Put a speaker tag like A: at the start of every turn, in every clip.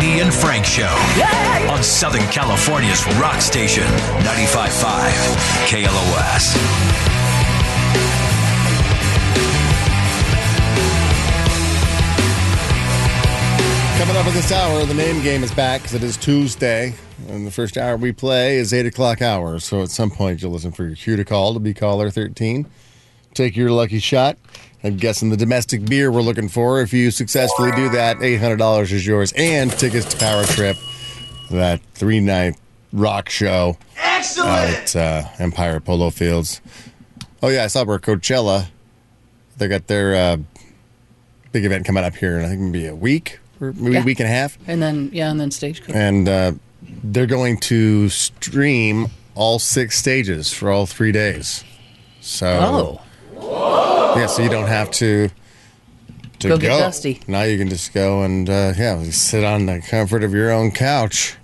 A: Big Show on Southern California's rock station, 95.5 KLOS.
B: Coming up in this hour, the name game is back because it is Tuesday, and the first hour we play is eight o'clock hour. So at some point, you'll listen for your cue to call to be caller thirteen. Take your lucky shot. I'm guessing the domestic beer we're looking for. If you successfully do that, eight hundred dollars is yours, and tickets to Power Trip, that three night rock show at uh, Empire Polo Fields. Oh yeah, I saw where Coachella. They got their uh, big event coming up here, and I think maybe a week or maybe a
C: Yeah.
B: week and a half
C: And then yeah, and then stagecoach.
B: and uh, they're going to stream all six stages for all three days. So,
C: Oh,
B: yeah, so you don't have to to
C: Go get dusty.
B: Now you can just go and uh, yeah, sit on the comfort of your own couch.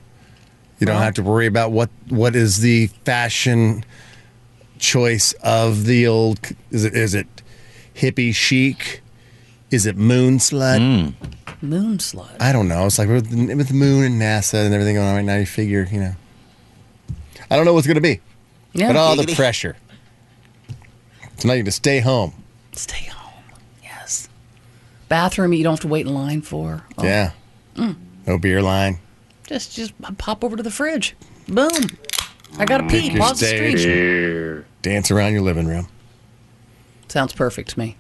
B: You don't have to worry about what what is the fashion choice of the old. Is it is it hippie chic? Is it moon slut?
C: Mm. moon slut.
B: I don't know. It's like with the, with the moon and NASA and everything going on right now. You figure, you know, I don't know what's going to be,
C: Yeah.
B: but all the
D: Giggity.
B: pressure. So now you just stay home.
C: Stay home. Yes. Bathroom you don't have to wait in line for. Oh,
B: Yeah. No beer line.
C: Just just pop over to the fridge. Boom. I got to pee. Pause the stream.
B: Dance around your living room
C: Sounds perfect to me.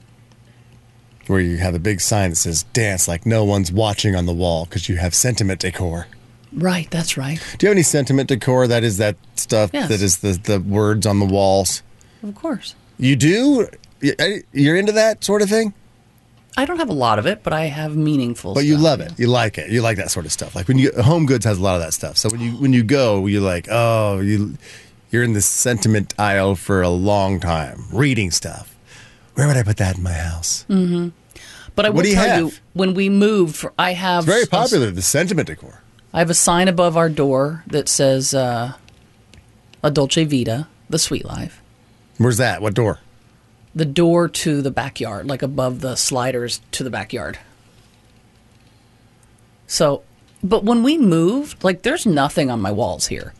B: where you have a big sign that says dance like no one's watching on the wall because you have sentiment decor.
C: Right. That's right.
B: Do you have any sentiment decor? That is that stuff
C: Yes.
B: that is the, the words on the walls.
C: Of course.
B: You do? Y- I- You're into that sort of thing?
C: I don't have a lot of it, but I have meaningful.
B: But you
C: stuff.
B: love it. You like it. You like that sort of stuff. Like when you Home Goods has a lot of that stuff. So when you when you go, you're like, oh, you you're in the sentiment aisle for a long time, reading stuff. Where would I put that in my house?
C: But I will
B: What do you
C: tell
B: have?
C: you, when we moved, for, I have
B: It's very
C: a-
B: popular. The sentiment decor.
C: I have a sign above our door that says uh, "A Dolce Vita," the sweet life.
B: Where's that? What door?
C: The door to the backyard, like above the sliders to the backyard. So, but when we moved, like there's nothing on my walls here.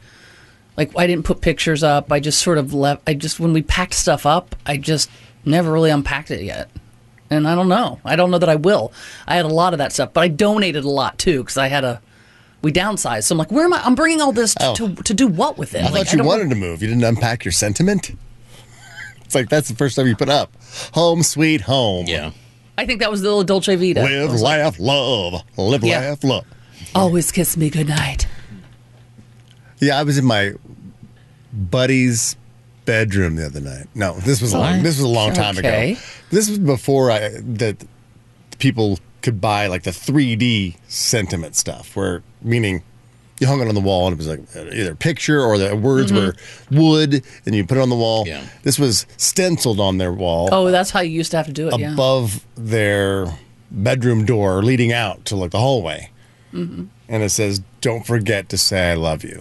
C: Like I didn't put pictures up. I just sort of left. I just when we packed stuff up, I just never really unpacked it yet. And I don't know. I don't know that I will. I had a lot of that stuff, but I donated a lot too because I had a. We downsized, so I'm like, where am I? I'm bringing all this to
B: Oh.
C: to, to do what with it?
B: I
C: like,
B: thought you
C: don't-
B: wanted to move. You didn't unpack your sentiment. It's like that's the first time you put up. Home sweet home.
D: Yeah.
C: I think that was the little Dolce Vita. I
B: Live,
C: was like,
B: laugh, love. Live,
C: Yeah.
B: laugh, love.
C: Always kiss me goodnight.
B: Yeah, I was in my buddy's bedroom the other night. No, this was a long.
D: What?
B: This was a long time
C: Okay.
B: ago. This was before I that people could buy like the 3D sentiment stuff, where meaning you hung it on the wall and it was like either picture or the words
C: Mm-hmm.
B: were wood, and you put it on the wall.
D: Yeah.
B: This was stenciled on their wall
C: Oh, that's how you used to have to do it. Yeah.
B: above their bedroom door leading out to like the hallway. And it says, Don't forget to say I love you.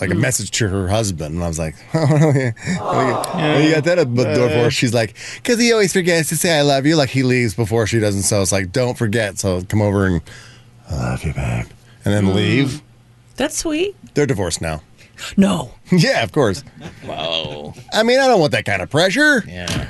B: Like a message to her husband. And I was like, Oh, yeah. Well, you got that above the door for? She's like, Because he always forgets to say I love you. Like he leaves before she doesn't. So it's like, Don't forget. So come over and I love you, babe. And then leave.
C: That's sweet.
B: They're divorced now.
C: No.
B: yeah, of course.
D: Whoa.
B: I mean, I don't want that kind of pressure.
D: Oh, Yeah.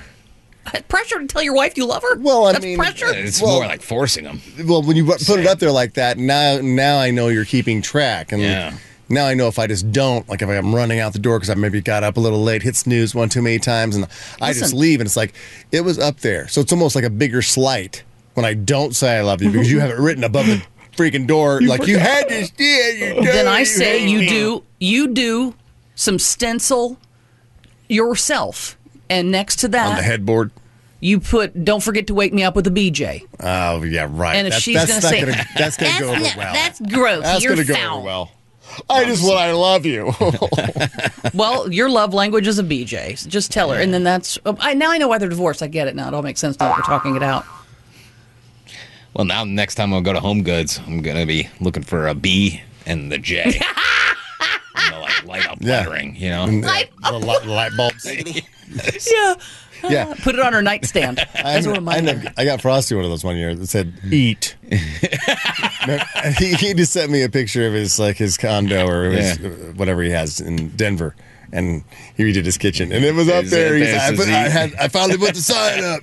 C: pressure to tell your wife you love her?
B: Well, I
C: that's
B: mean-
C: pressure.
D: It's
B: Well-
D: more like forcing them.
B: well when you put it up there like that now now i know you're keeping track and
D: Yeah.
B: now i know if i just don't like if i'm running out the door because i maybe got up a little late hit snooze one too many times and i just
C: Listen.
B: leave and it's like it was up there so it's almost like a bigger slight when i don't say i love you because you have it written above the freaking door like you had to yeah, you know
C: Then I
B: you
C: say
B: hate
C: you
B: me.
C: do you do some stencil yourself, and next to
B: on the
C: that
B: headboard
C: you put "Don't forget to wake me up with a BJ."
B: oh yeah right
C: And if
B: That's-
C: she's
B: that's
C: gonna
B: not
C: say-
B: gonna, that's gonna go over
C: not-
B: well
C: that's gross.
B: Ah, that's
C: You're
B: gonna go
C: foul.
B: over well i just want i love you
C: Well, your love language is a BJ. so just tell her, and then that's. oh, I now I know why they're divorced. I get it now. It all makes sense now that we're talking it out.
D: Well, now next time I'll go to Home Goods, I'm gonna be looking for a B and the J. And they'll, like light up
B: Yeah.
D: lettering, you know.
C: Light
B: the light, light bulbs
C: Yeah.
B: yeah
C: Put it on her nightstand.
B: I,
C: That's
B: know-
C: one of
B: I
C: mine.
B: know-
C: are.
B: I got Frosty one of those one year that said "eat." he, he just sent me a picture of his like his condo or his,
D: Yeah.
B: whatever he has in Denver, and he redid his kitchen, and it was up
D: Is
B: there.
D: it
B: He's,
D: there,
B: I, put,
D: Suzy?
B: I, had, I finally put the sign up.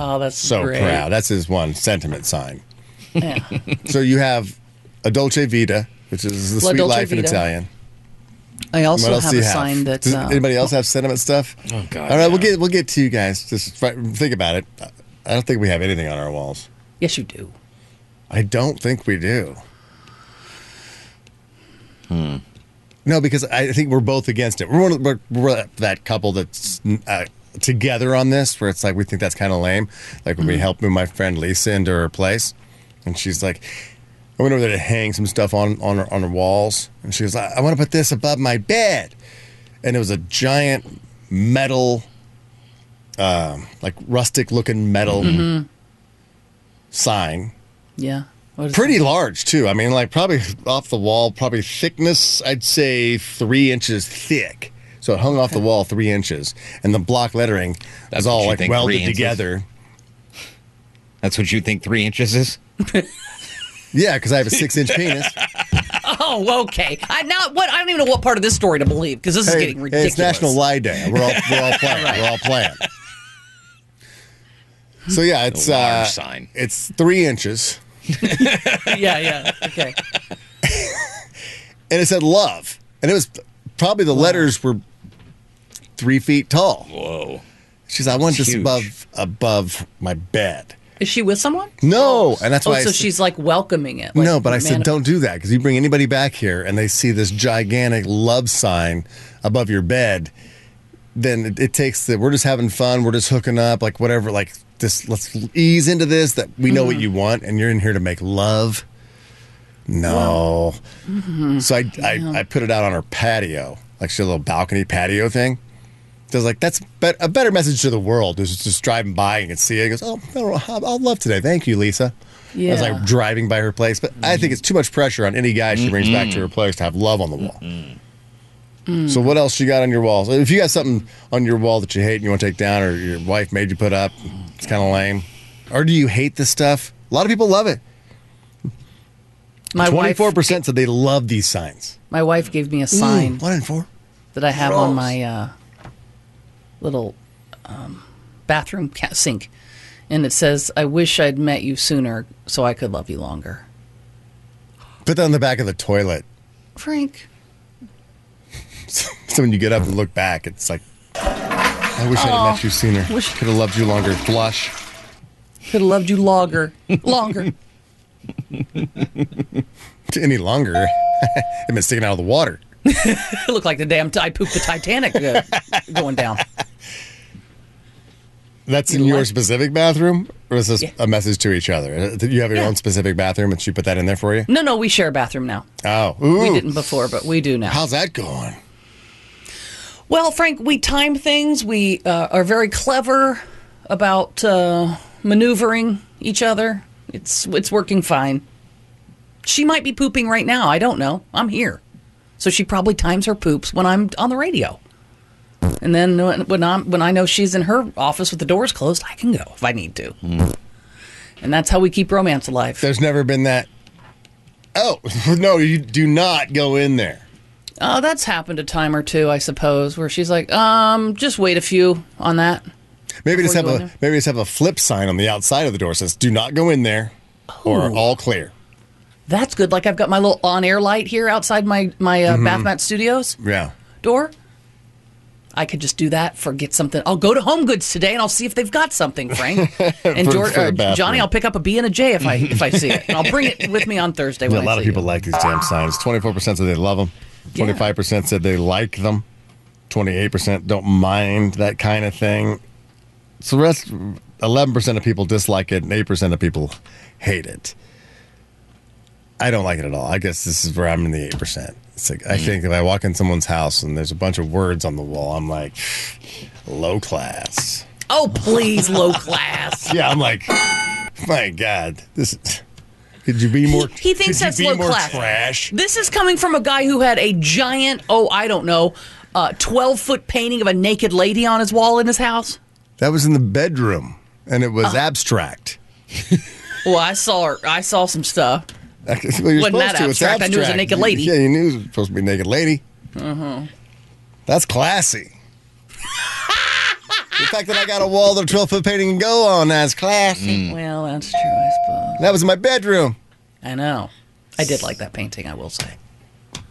C: Oh, that's
B: So
C: great.
B: proud. That's his one sentiment sign.
C: Yeah.
B: So you have a Dolce Vita, which is the
C: La
B: sweet
C: Dolce
B: life in
C: Vita.
B: Italian.
C: I
B: What
C: also
B: else
C: have
B: do
C: a
B: you have?
C: sign that
B: Does
C: uh,
B: anybody else have sentiment stuff?
D: Oh, God,
B: All right, we'll
D: yeah.
B: get we'll get to you guys. Just fi- think about it. I don't think we have anything on our walls.
C: Yes, you do.
B: I don't think we do. Hmm. No, because I think we're both against it. We're one of we're, we're that couple that's uh, together on this, where it's like we think that's kind of lame. Like when we helped move my friend Lisa into her place, and she's like, I went over there to hang some stuff on on her, on her walls, and she was like, I want to put this above my bed, and it was a giant metal, um, like rustic looking metal sign
C: Yeah. What is
B: pretty large too. I mean, like probably off the wall, probably thickness. I'd say three inches thick. So it hung off the wall three inches, and the block lettering
D: That's
B: was all
D: what you
B: like
D: think,
B: welded
D: three inches?
B: together.
D: That's what you think three inches is?
B: Yeah, because I have a six-inch penis.
C: Oh, okay. I now what I don't even know what part of this story to believe because this is
B: Hey,
C: getting
B: hey,
C: ridiculous.
B: it's National Lie Day. We're all we're all playing. We're all playing. So yeah, it's
D: The large
B: uh,
D: sign.
B: It's three inches,
C: yeah, yeah. Okay.
B: and it said love, and it was probably the letters were three feet tall.
D: Whoa.
B: She's I want
D: It's
B: this
D: huge.
B: above above my bed.
C: Is she with someone?
B: No, and that's
C: oh,
B: why. I
C: so
B: said-
C: she's like welcoming it. like,
B: no, but I said
C: man-
B: don't do that because you bring anybody back here and they see this gigantic love sign above your bed, then it, it takes the we're just having fun, we're just hooking up, like whatever, like this. Let's ease into this that we know what you want and you're in here to make love. No, so I, I I put it out on her patio, like she had a little balcony patio thing. So I was like, that's bet- a better message to the world is just driving by and can see it. He goes, oh, I don't know, I'll- I'll love today. Thank you, Lisa. I was
C: Yeah. Mm.
B: like driving by her place, but I think it's too much pressure on any guy she brings back to her place to have love on the wall. So what else you got on your walls? If you got something on your wall that you hate and you want to take down, or your wife made you put up, it's kind of lame. Or do you hate this stuff? A lot of people love it.
C: my wife.
B: Twenty-four percent said they love these signs.
C: My wife gave me a sign
B: Ooh, one in four.
C: that I have
B: gross.
C: on my uh, little um, bathroom ca- sink, and it says, "I wish I'd met you sooner so I could love you longer."
B: Put that on the back of the toilet.
C: Frank.
B: So when you get up and look back, it's like, I wish I'd have met you sooner.
C: Oh. Wish-
B: Could have loved you longer. Blush.
C: Could have loved you longer. Longer.
B: Any longer, I've been sticking out of the water.
C: it looked like the damn t- I pooped the Titanic uh, going down.
B: That's in your specific bathroom, or is this
C: Yeah.
B: a message to each other? Uh, You have your
C: Yeah.
B: own specific bathroom, and she put that in there for you.
C: No, no, we share a bathroom now.
B: Oh, ooh.
C: We didn't before, but we do now.
B: How's that going?
C: Well, Frank, we time things. We uh, are very clever about uh, maneuvering each other. It's it's working fine. She might be pooping right now. I don't know. I'm here, so she probably times her poops when I'm on the radio. And then when- when I'm when I know she's in her office with the doors closed, I can go if I need to. And that's how we keep romance alive.
B: There's never been that. Oh no, you do not go in there.
C: Oh, that's happened a time or two, I suppose, where she's like, um, just wait a few on that.
B: Maybe just
C: Before
B: have
C: you go in
B: a
C: there?
B: maybe just have a flip sign on the outside of the door that says "Do not go in there," or "All clear."
C: That's good. Like I've got my little on-air light here outside my my
B: Mm-hmm.
C: uh, bath mat studios
B: Yeah.
C: door. I could just do that for get something. I'll go to Home Goods today and I'll see if they've got something, Frank. And
B: For-
C: George,
B: for the
C: uh,
B: bathroom.
C: Johnny, I'll pick up a B and a J if I if I see it, and I'll bring it with me on Thursday.
B: Yeah,
C: when
B: a lot
C: I
B: of
C: see
B: people
C: you.
B: like these damn signs. 24% said they love them.
C: Yeah.
B: 25% said they like them. 28% don't mind that kind of thing. So the rest 11% of people dislike it and 8% of people hate it. I don't like it at all. I guess this is where I'm in the 8%. It's like,
C: Mm.
B: I think if I walk in someone's house and there's a bunch of words on the wall, I'm like, low class.
C: Oh, please, low class.
B: Yeah, I'm like, my God, this. is- Could you be more?
C: he thinks
B: could you
C: that's
B: be
C: low
B: more
C: class.
B: Trash.
C: This is coming from a guy who had a giant, oh, I don't know, uh, twelve foot painting of a naked lady on his wall in his house. Ah.
B: That was in the bedroom, and it was abstract.
C: Well, I saw her. I saw some stuff.
B: Well, you're supposed
C: Wasn't that
B: to. It's
C: abstract. I knew it was a
B: abstract.
C: naked lady. Uh-huh.
B: Yeah, you knew it was supposed to be a naked lady. That's classy. the fact that I got a wall that a 12 foot painting can go on, that's
C: Mm.
B: classy.
C: Well, that's true, I suppose.
B: That was in my bedroom.
C: I know. I did like that painting, I will say.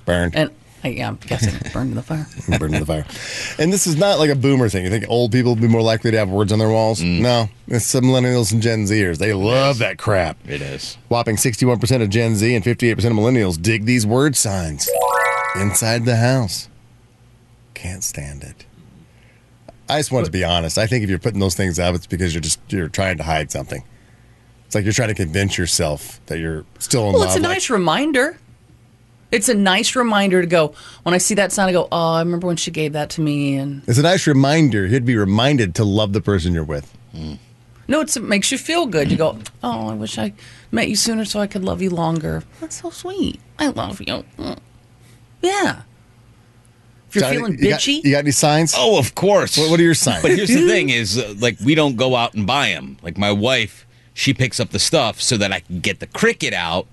B: Burned.
C: And I, yeah, I'm guessing it burned in the fire.
B: Burned to the fire. And this is not like a boomer thing. You think old people would be more likely to have words on their walls?
C: Mm.
B: No. It's some millennials and Gen Zers. They love that crap.
D: It is.
B: Whopping 61% of Gen Z and 58% of millennials dig these word signs inside the house. Can't stand it. I just want to be honest. I think if you're putting those things up, it's because you're just you're trying to hide something. It's like you're trying to convince yourself that you're still in
C: Well,
B: love.
C: it's a
B: like,
C: nice reminder. It's a nice reminder to go, when I see that sign, I go, oh, I remember when she gave that to me. And
B: it's a nice reminder. You'd be reminded to love the person you're with.
C: no, it's, it makes you feel good. You go, oh, I wish I met you sooner so I could love you longer. That's so sweet. I love you. Mm. Yeah. If you're
B: Johnny,
C: feeling
B: you got-
C: bitchy,
B: You got, any signs?
D: Oh, of course.
B: What, what are your signs?
D: But here's the thing: is uh, like we don't go out and buy them. Like my wife, she picks up the stuff so that I can get the cricket out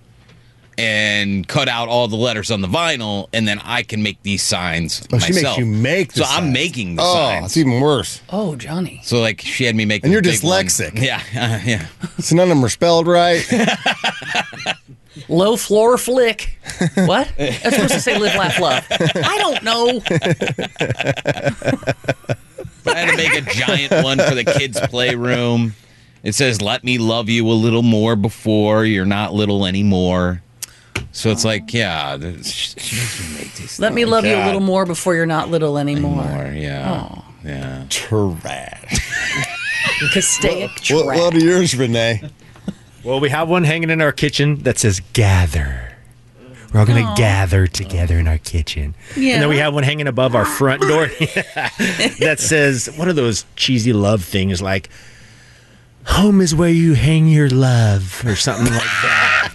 D: and cut out all the letters on the vinyl, and then I can make these signs
B: Oh, she makes
D: myself.
B: you make the
D: so
B: signs.
D: I'm making the
B: oh,
D: signs.
B: it's even worse.
C: oh, Johnny.
D: So like she had me make.
B: And
D: the
B: you're
D: big one.
B: dyslexic.
D: Yeah, uh, yeah.
B: So none of them are spelled right.
C: Low floor flick. What? That's supposed to say live, laugh, love. I don't know.
D: But I had to make a giant one for the kids' playroom. It says, "Let me love you a little more before you're not little anymore." So it's like, yeah, th- she she makes me make these.
C: Let me love you a
B: God.
C: little more before you're not little
D: more,
C: anymore.
D: yeah, yeah.
B: Trash.
C: Castaic
B: What,
C: track.
B: what are yours, Renee?
E: Well, we have one hanging in our kitchen that says gather. We're all going to gather together in our kitchen. And then we
C: Yeah.
E: have one hanging above our front door that says one of those cheesy love things like, home is where you hang your love or something like that.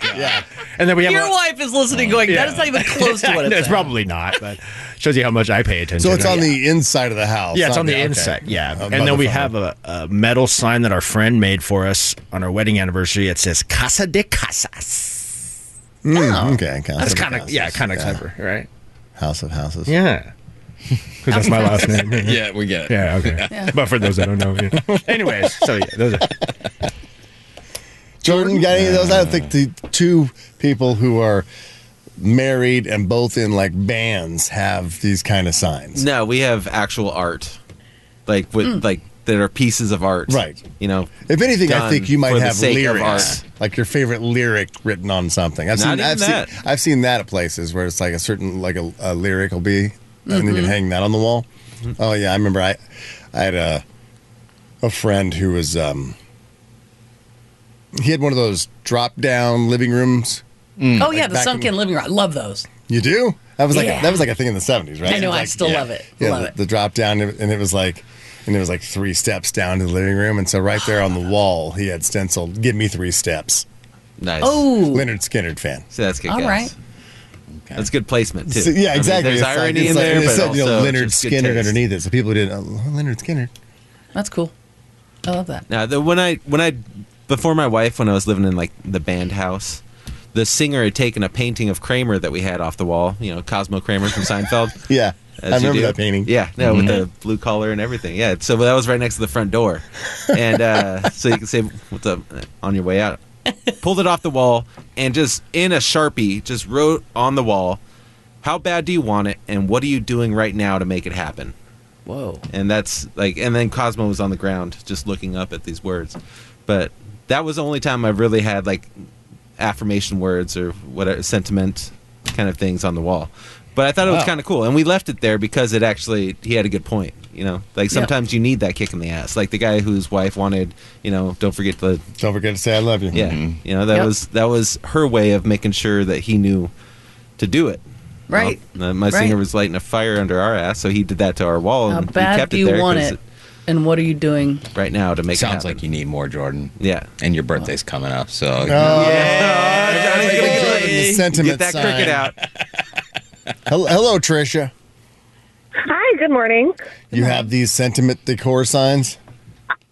E: right? Yeah. And then we have
C: Your
E: a-
C: wife is listening, going, that
E: Yeah.
C: is not even close to what
E: No,
C: it
E: it's
C: says.
E: probably not, but shows you how much I pay attention.
B: So it's on
E: Yeah.
B: the inside of the house.
E: Yeah, it's
B: not
E: on the
B: okay.
E: inside. Yeah.
B: Oh,
E: and then we
B: motherfucker.
E: have a, a metal sign that our friend made for us on our wedding anniversary. It says Casa de Casas.
B: Mm, okay, House
E: Oh. That's
B: of
E: kind of
B: Houses.
E: yeah, kind of clever, right?
B: House of houses.
E: Yeah. Because that's my last name.
D: Yeah, we get it.
E: Yeah, okay. But for those that don't know, yeah. anyways, so yeah, those are,
B: Jordan, got any of those? I don't think the two people who are married and both in like bands have these kind of signs.
F: No, we have actual art, like with like there are pieces of art.
B: Hmm. Right.
F: You know,
B: If anything, I
F: Done
B: think you might
F: for the
B: have
F: sake of
B: lyrics,
F: art.
B: like your favorite lyric written on something. I've
F: Not
B: seen,
F: even
B: I've
F: that.
B: seen, I've seen that at places where it's like a certain like a, a lyric will be, and
F: Mm-hmm.
B: you can hang that on the wall. Oh yeah, I remember I, I had a, a friend who was um, he had one of those drop down living rooms.
C: Oh, yeah, the
B: back in-
C: sunken living room. I love those.
B: You do? That was like
C: Yeah.
B: that was like a thing in the seventies, right?
C: I know, I
B: Like,
C: still
B: yeah.
C: love it.
B: Yeah,
C: love
B: the,
C: it.
B: the drop down, and it was like, and it was like three steps down to the living room, and so right there on
C: Ah.
B: the wall, he had stenciled "Give me three steps."
F: nice.
C: oh,
B: Leonard Skinner fan.
F: so that's good.
C: all
F: guys.
C: right.
F: That's good placement too.
B: So-
F: I
B: yeah,
F: mean,
B: exactly. It's like-
F: there's irony
B: it's
F: in
B: like-
F: there,
B: it
F: but
B: said,
F: also
B: you know, Leonard
F: just good
B: Skinner
F: taste.
B: underneath it, so people didn't. Oh, Leonard Skinner.
C: That's cool. I love that.
F: Now, the, when I when I before my wife, when I was living in like the band house, the singer had taken a painting of Kramer that we had off the wall. You know, Cosmo Kramer from Seinfeld.
B: Yeah,
F: as
B: I
F: you
B: remember
F: do.
B: that painting.
F: Yeah, no, with the blue collar and everything. Yeah, so that was right next to the front door, and uh, so you can say what's up uh, on your way out. Pulled it off the wall and just in a sharpie just wrote on the wall, "How bad do you want it, and what are you doing right now to make it happen?"
C: Whoa.
F: And that's like, and then Cosmo was on the ground just looking up at these words, but that was the only time I've really had like affirmation words or whatever sentiment kind of things on the wall. But I thought it was
B: Wow.
F: kind of cool, and we left it there because it actually he had a good point. You know, like
C: Yeah.
F: sometimes you need that kick in the ass, like the guy whose wife wanted, you know, don't forget the
B: Don't forget to say I love you.
F: yeah, you know that
C: Mm-hmm. Yep.
F: was that was her way of making sure that he knew to do it.
C: Right.
F: Well, my
C: Right.
F: singer was lighting a fire under our ass, so he did that to our wall,
C: How
F: and we
C: bad
F: kept
C: do
F: it
C: you
F: there
C: want
F: 'cause
C: it? And what are you doing?
F: right now to make
D: Sounds
F: it happen.
D: like you need more, Jordan.
F: Yeah.
D: And your birthday's coming up, so
B: Oh,
F: Johnny's
B: Hey,
F: gonna get
B: Jordan,
F: it.
B: the sentiment
F: Get that
B: sign.
F: cricket out.
B: Hello, hello, Trisha.
G: Hi, good morning.
B: You have these sentiment decor signs.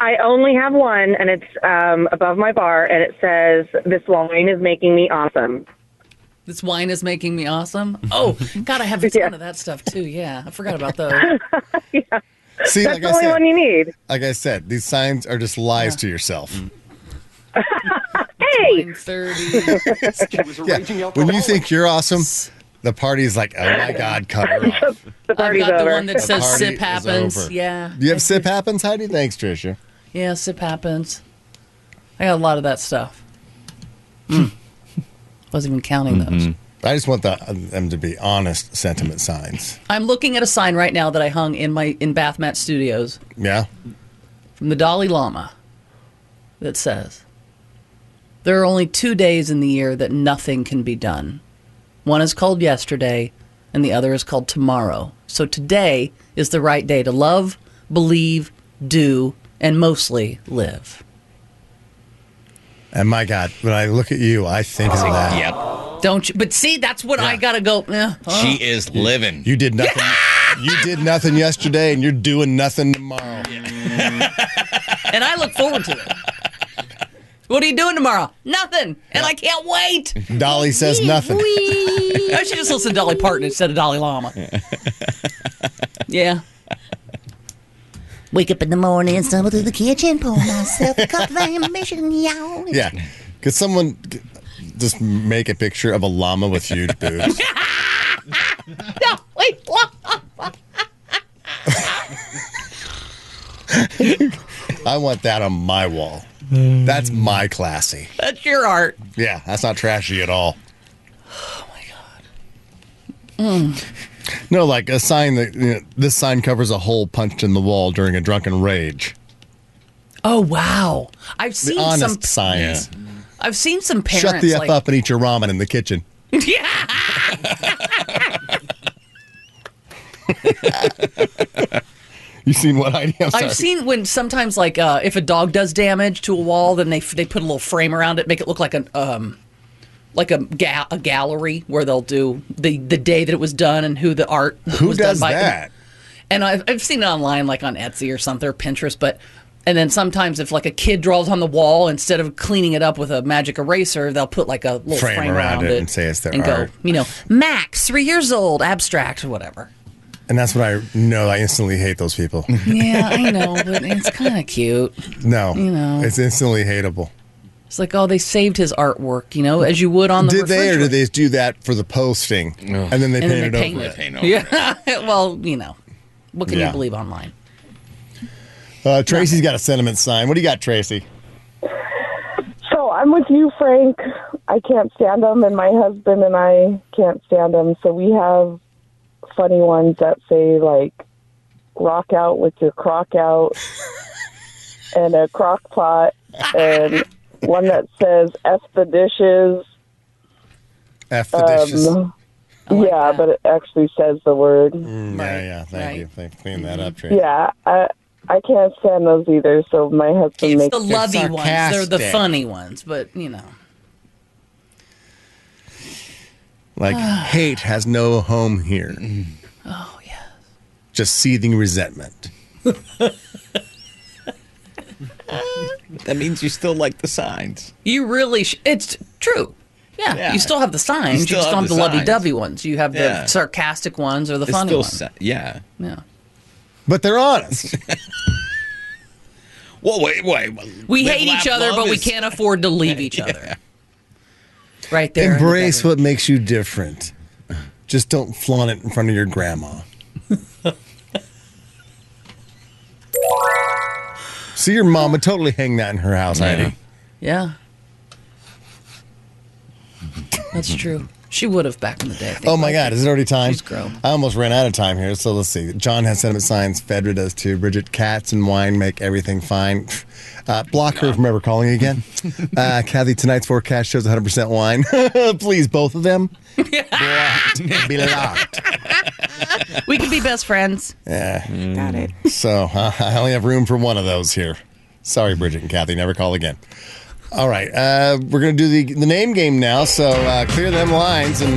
G: I only have one, and it's um, above my bar, and it says, "This wine is making me awesome."
C: This wine is making me awesome. Oh, God, I have a ton
G: Yeah.
C: of that stuff too. Yeah, I forgot about those.
B: See,
G: That's
B: like
G: the
B: I
G: only
B: said,
G: one you need.
B: like I said, these signs are just lies to yourself.
G: Hey,
C: Wine 30.
B: Yeah. When you think you're awesome, the party is like, oh my god, cut her off.
G: the
C: I've
G: party's
C: got the
G: over.
C: one that says
B: party
C: sip
B: is
C: happens.
B: over.
C: Yeah.
B: Do you have sip happens, Heidi? Thanks, Trisha.
C: Yeah, sip happens. I got a lot of that stuff. Mm. Wasn't even counting those.
B: I just want the, them to be honest sentiment signs.
C: I'm looking at a sign right now that I hung in my in Bath Mat Studios
B: Yeah.
C: from the Dalai Lama that says there are only two days in the year that nothing can be done. One is called yesterday, and the other is called tomorrow. So today is the right day to love, believe, do, and mostly live.
B: And my God, when I look at you, I think of that.
D: Yep.
C: Don't you? But see, that's what I gotta go. eh, huh?
D: She is living.
B: You did nothing. You did nothing yesterday, and you're doing nothing tomorrow.
C: uh. and I look forward to it. What are you doing tomorrow? Nothing, and I can't wait.
B: Dolly says nothing.
C: I should just listen to Dolly Parton instead of Dolly Lama. Yeah.
H: Wake up in the morning and stumble through the kitchen, pour myself a cup of ambition, y'all.
B: Yeah. Could someone g- just make a picture of a llama with huge boobs?
C: Dolly Lama.
B: I want that on my wall. That's my classy.
C: That's your art.
B: Yeah, that's not trashy at all. Oh my god. No, like a sign that you know, this sign covers a hole punched in the wall during a drunken rage.
C: Oh wow! I've
B: The
C: seen some.
B: honest signs.
C: I've seen some parents
B: Shut the f
C: like,
B: up and eat your ramen in the kitchen.
C: yeah.
B: You seen what I? I'm sorry.
C: I've seen when sometimes like uh, if a dog does damage to a wall, then they f- they put a little frame around it, make it look like an um like a ga- a gallery where they'll do the the day that it was done and who the art
B: Who
C: was done
B: does
C: by.
B: that?
C: And I've I've seen it online like on Etsy or something or Pinterest, but. And then sometimes, if like a kid draws on the wall, instead of cleaning it up with a magic eraser, they'll put like a little frame,
B: Frame around it and say it's their
C: and
B: art.
C: go, you know, Max, three years old, abstract, whatever.
B: And that's what I know. I instantly hate those people.
C: Yeah, I know, but it's kind of cute.
B: No,
C: know.
B: it's instantly hateable.
C: It's like, oh, they saved his artwork, you know, as you would on the
B: Did they or
C: refrigerator.
B: did they do that for the posting and then they
C: And then
B: painted over
C: they painted
B: it?
D: Paint over it.
C: Yeah. well, you know, what can
B: Yeah.
C: you believe online?
B: Uh, Tracy's got a sentiment sign. What do you got, Tracy?
I: So I'm with you, Frank. I can't stand them, and my husband and I can't stand them. So we have funny ones that say like "rock out with your crock out" and a crock pot, and one that says "f the dishes."
B: F the dishes.
I: Um, yeah, but it actually says the word.
C: Mm.
B: Mm, yeah, yeah. Thank
C: right.
B: you. Thank clean that up, Tracy.
I: Yeah, I I can't stand those either. So my husband
C: It's
I: makes
C: the lovey ones. They're the
B: sarcastic.
C: funny ones, but, you know.
B: Like hate has no home here. Oh yes. Just seething resentment.
D: That means you still like the signs.
C: You really, sh- it's true. Yeah,
D: Yeah.
C: you still have the signs. You,
D: still
C: just
D: have
C: don't have the,
D: the signs.
C: lovey dovey ones. You have the
D: Yeah.
C: sarcastic ones or the
D: It's
C: funny
D: still,
C: ones.
D: si- yeah.
C: yeah.
B: But they're honest.
D: Well, wait, wait.
C: We
D: Live,
C: hate each
D: laugh,
C: other,
D: love
C: but we
D: is-
C: can't afford to leave each other. Right there. in the
B: Embrace
C: bedroom.
B: what makes you different. Just don't flaunt it in front of your grandma. See, your mom would totally hang that in her house, Heidi.
C: Yeah. That's true. She would have back in the day. I think.
B: Oh my God, is it already time?
C: She's grown.
B: I almost ran out of time here, so let's see. John has sentiment signs. Fedra does too. Bridget, cats and wine make everything fine. Uh, block her from ever calling again. Uh, Kathy, tonight's forecast shows 100% wine. Please, both of them. Blocked. Be locked. Oh.
C: We could be best friends.
H: Got it.
B: So uh, I only have room for one of those here. Sorry, Bridget and Kathy, never call again. All right, uh, we're going to do the, the name game now. So uh, clear them lines and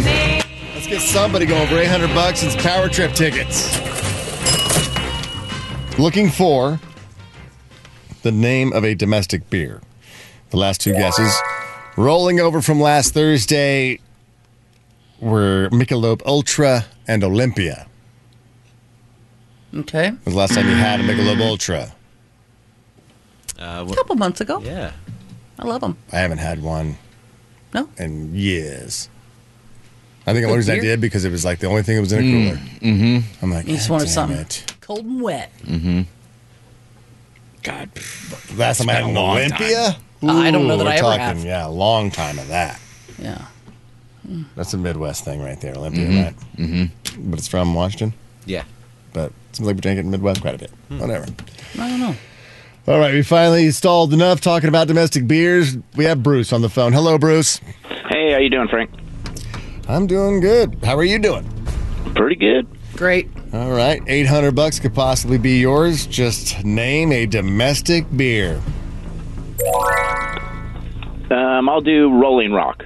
B: let's get somebody going for 800 bucks. It's Power Trip tickets. Looking for the name of a domestic beer. The last two guesses, rolling over from last Thursday, were Michelob Ultra and Olympia.
C: Okay.
B: When's the last time you had a Michelob Ultra?
C: A
F: Uh, wh-
C: couple months ago.
F: yeah.
C: I love them.
B: I haven't had one
C: No?
B: in years. I think the only
C: Good
B: reason I
C: beer.
B: did because it was like the only thing that was in a cooler. Mm-hmm. I'm like,
C: You just
B: "God
C: wanted
B: damn
C: something."
B: It.
C: Cold and wet.
D: God,
B: Last time I had
D: been
B: an
D: a long
B: Olympia?
C: Uh, I don't know
B: Ooh,
C: that
B: we're
C: I ever
B: talking,
C: have.
B: Yeah, a long time of that.
C: Yeah.
B: That's a Midwest thing right there, Olympia, right? Mm-hmm. But it's from Washington.
F: Yeah.
B: But it seems like we drink it in the Midwest quite a bit.
D: Hmm.
B: Whatever.
C: I don't know.
B: All right, we finally stalled enough talking about domestic beers. We have Bruce on the phone. Hello, Bruce.
J: Hey, how you doing, Frank?
B: I'm doing good. How are you doing?
J: Pretty good.
C: Great.
B: All right, 800 bucks could possibly be yours. Just name a domestic beer.
J: Um, I'll do Rolling Rock.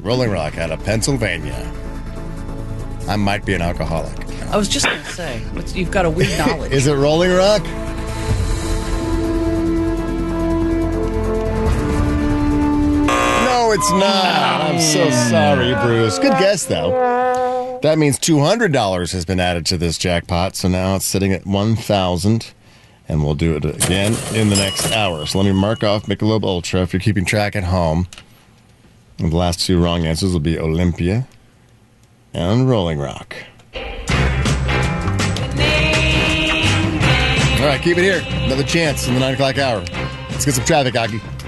B: Rolling Rock out of Pennsylvania. I might be an alcoholic.
C: I was just going to say, what's, you've got a weird knowledge.
B: Is it Rolling Rock? No, it's not. I'm so sorry, Bruce. Good guess, though. That means $200 has been added to this jackpot, so now it's sitting at 1000 and we'll do it again in the next hour. So let me mark off Michelob Ultra if you're keeping track at home. And the last two wrong answers will be Olympia and Rolling Rock. All right, keep it here. Another chance in the 9 o'clock hour. Let's get some traffic, Aki.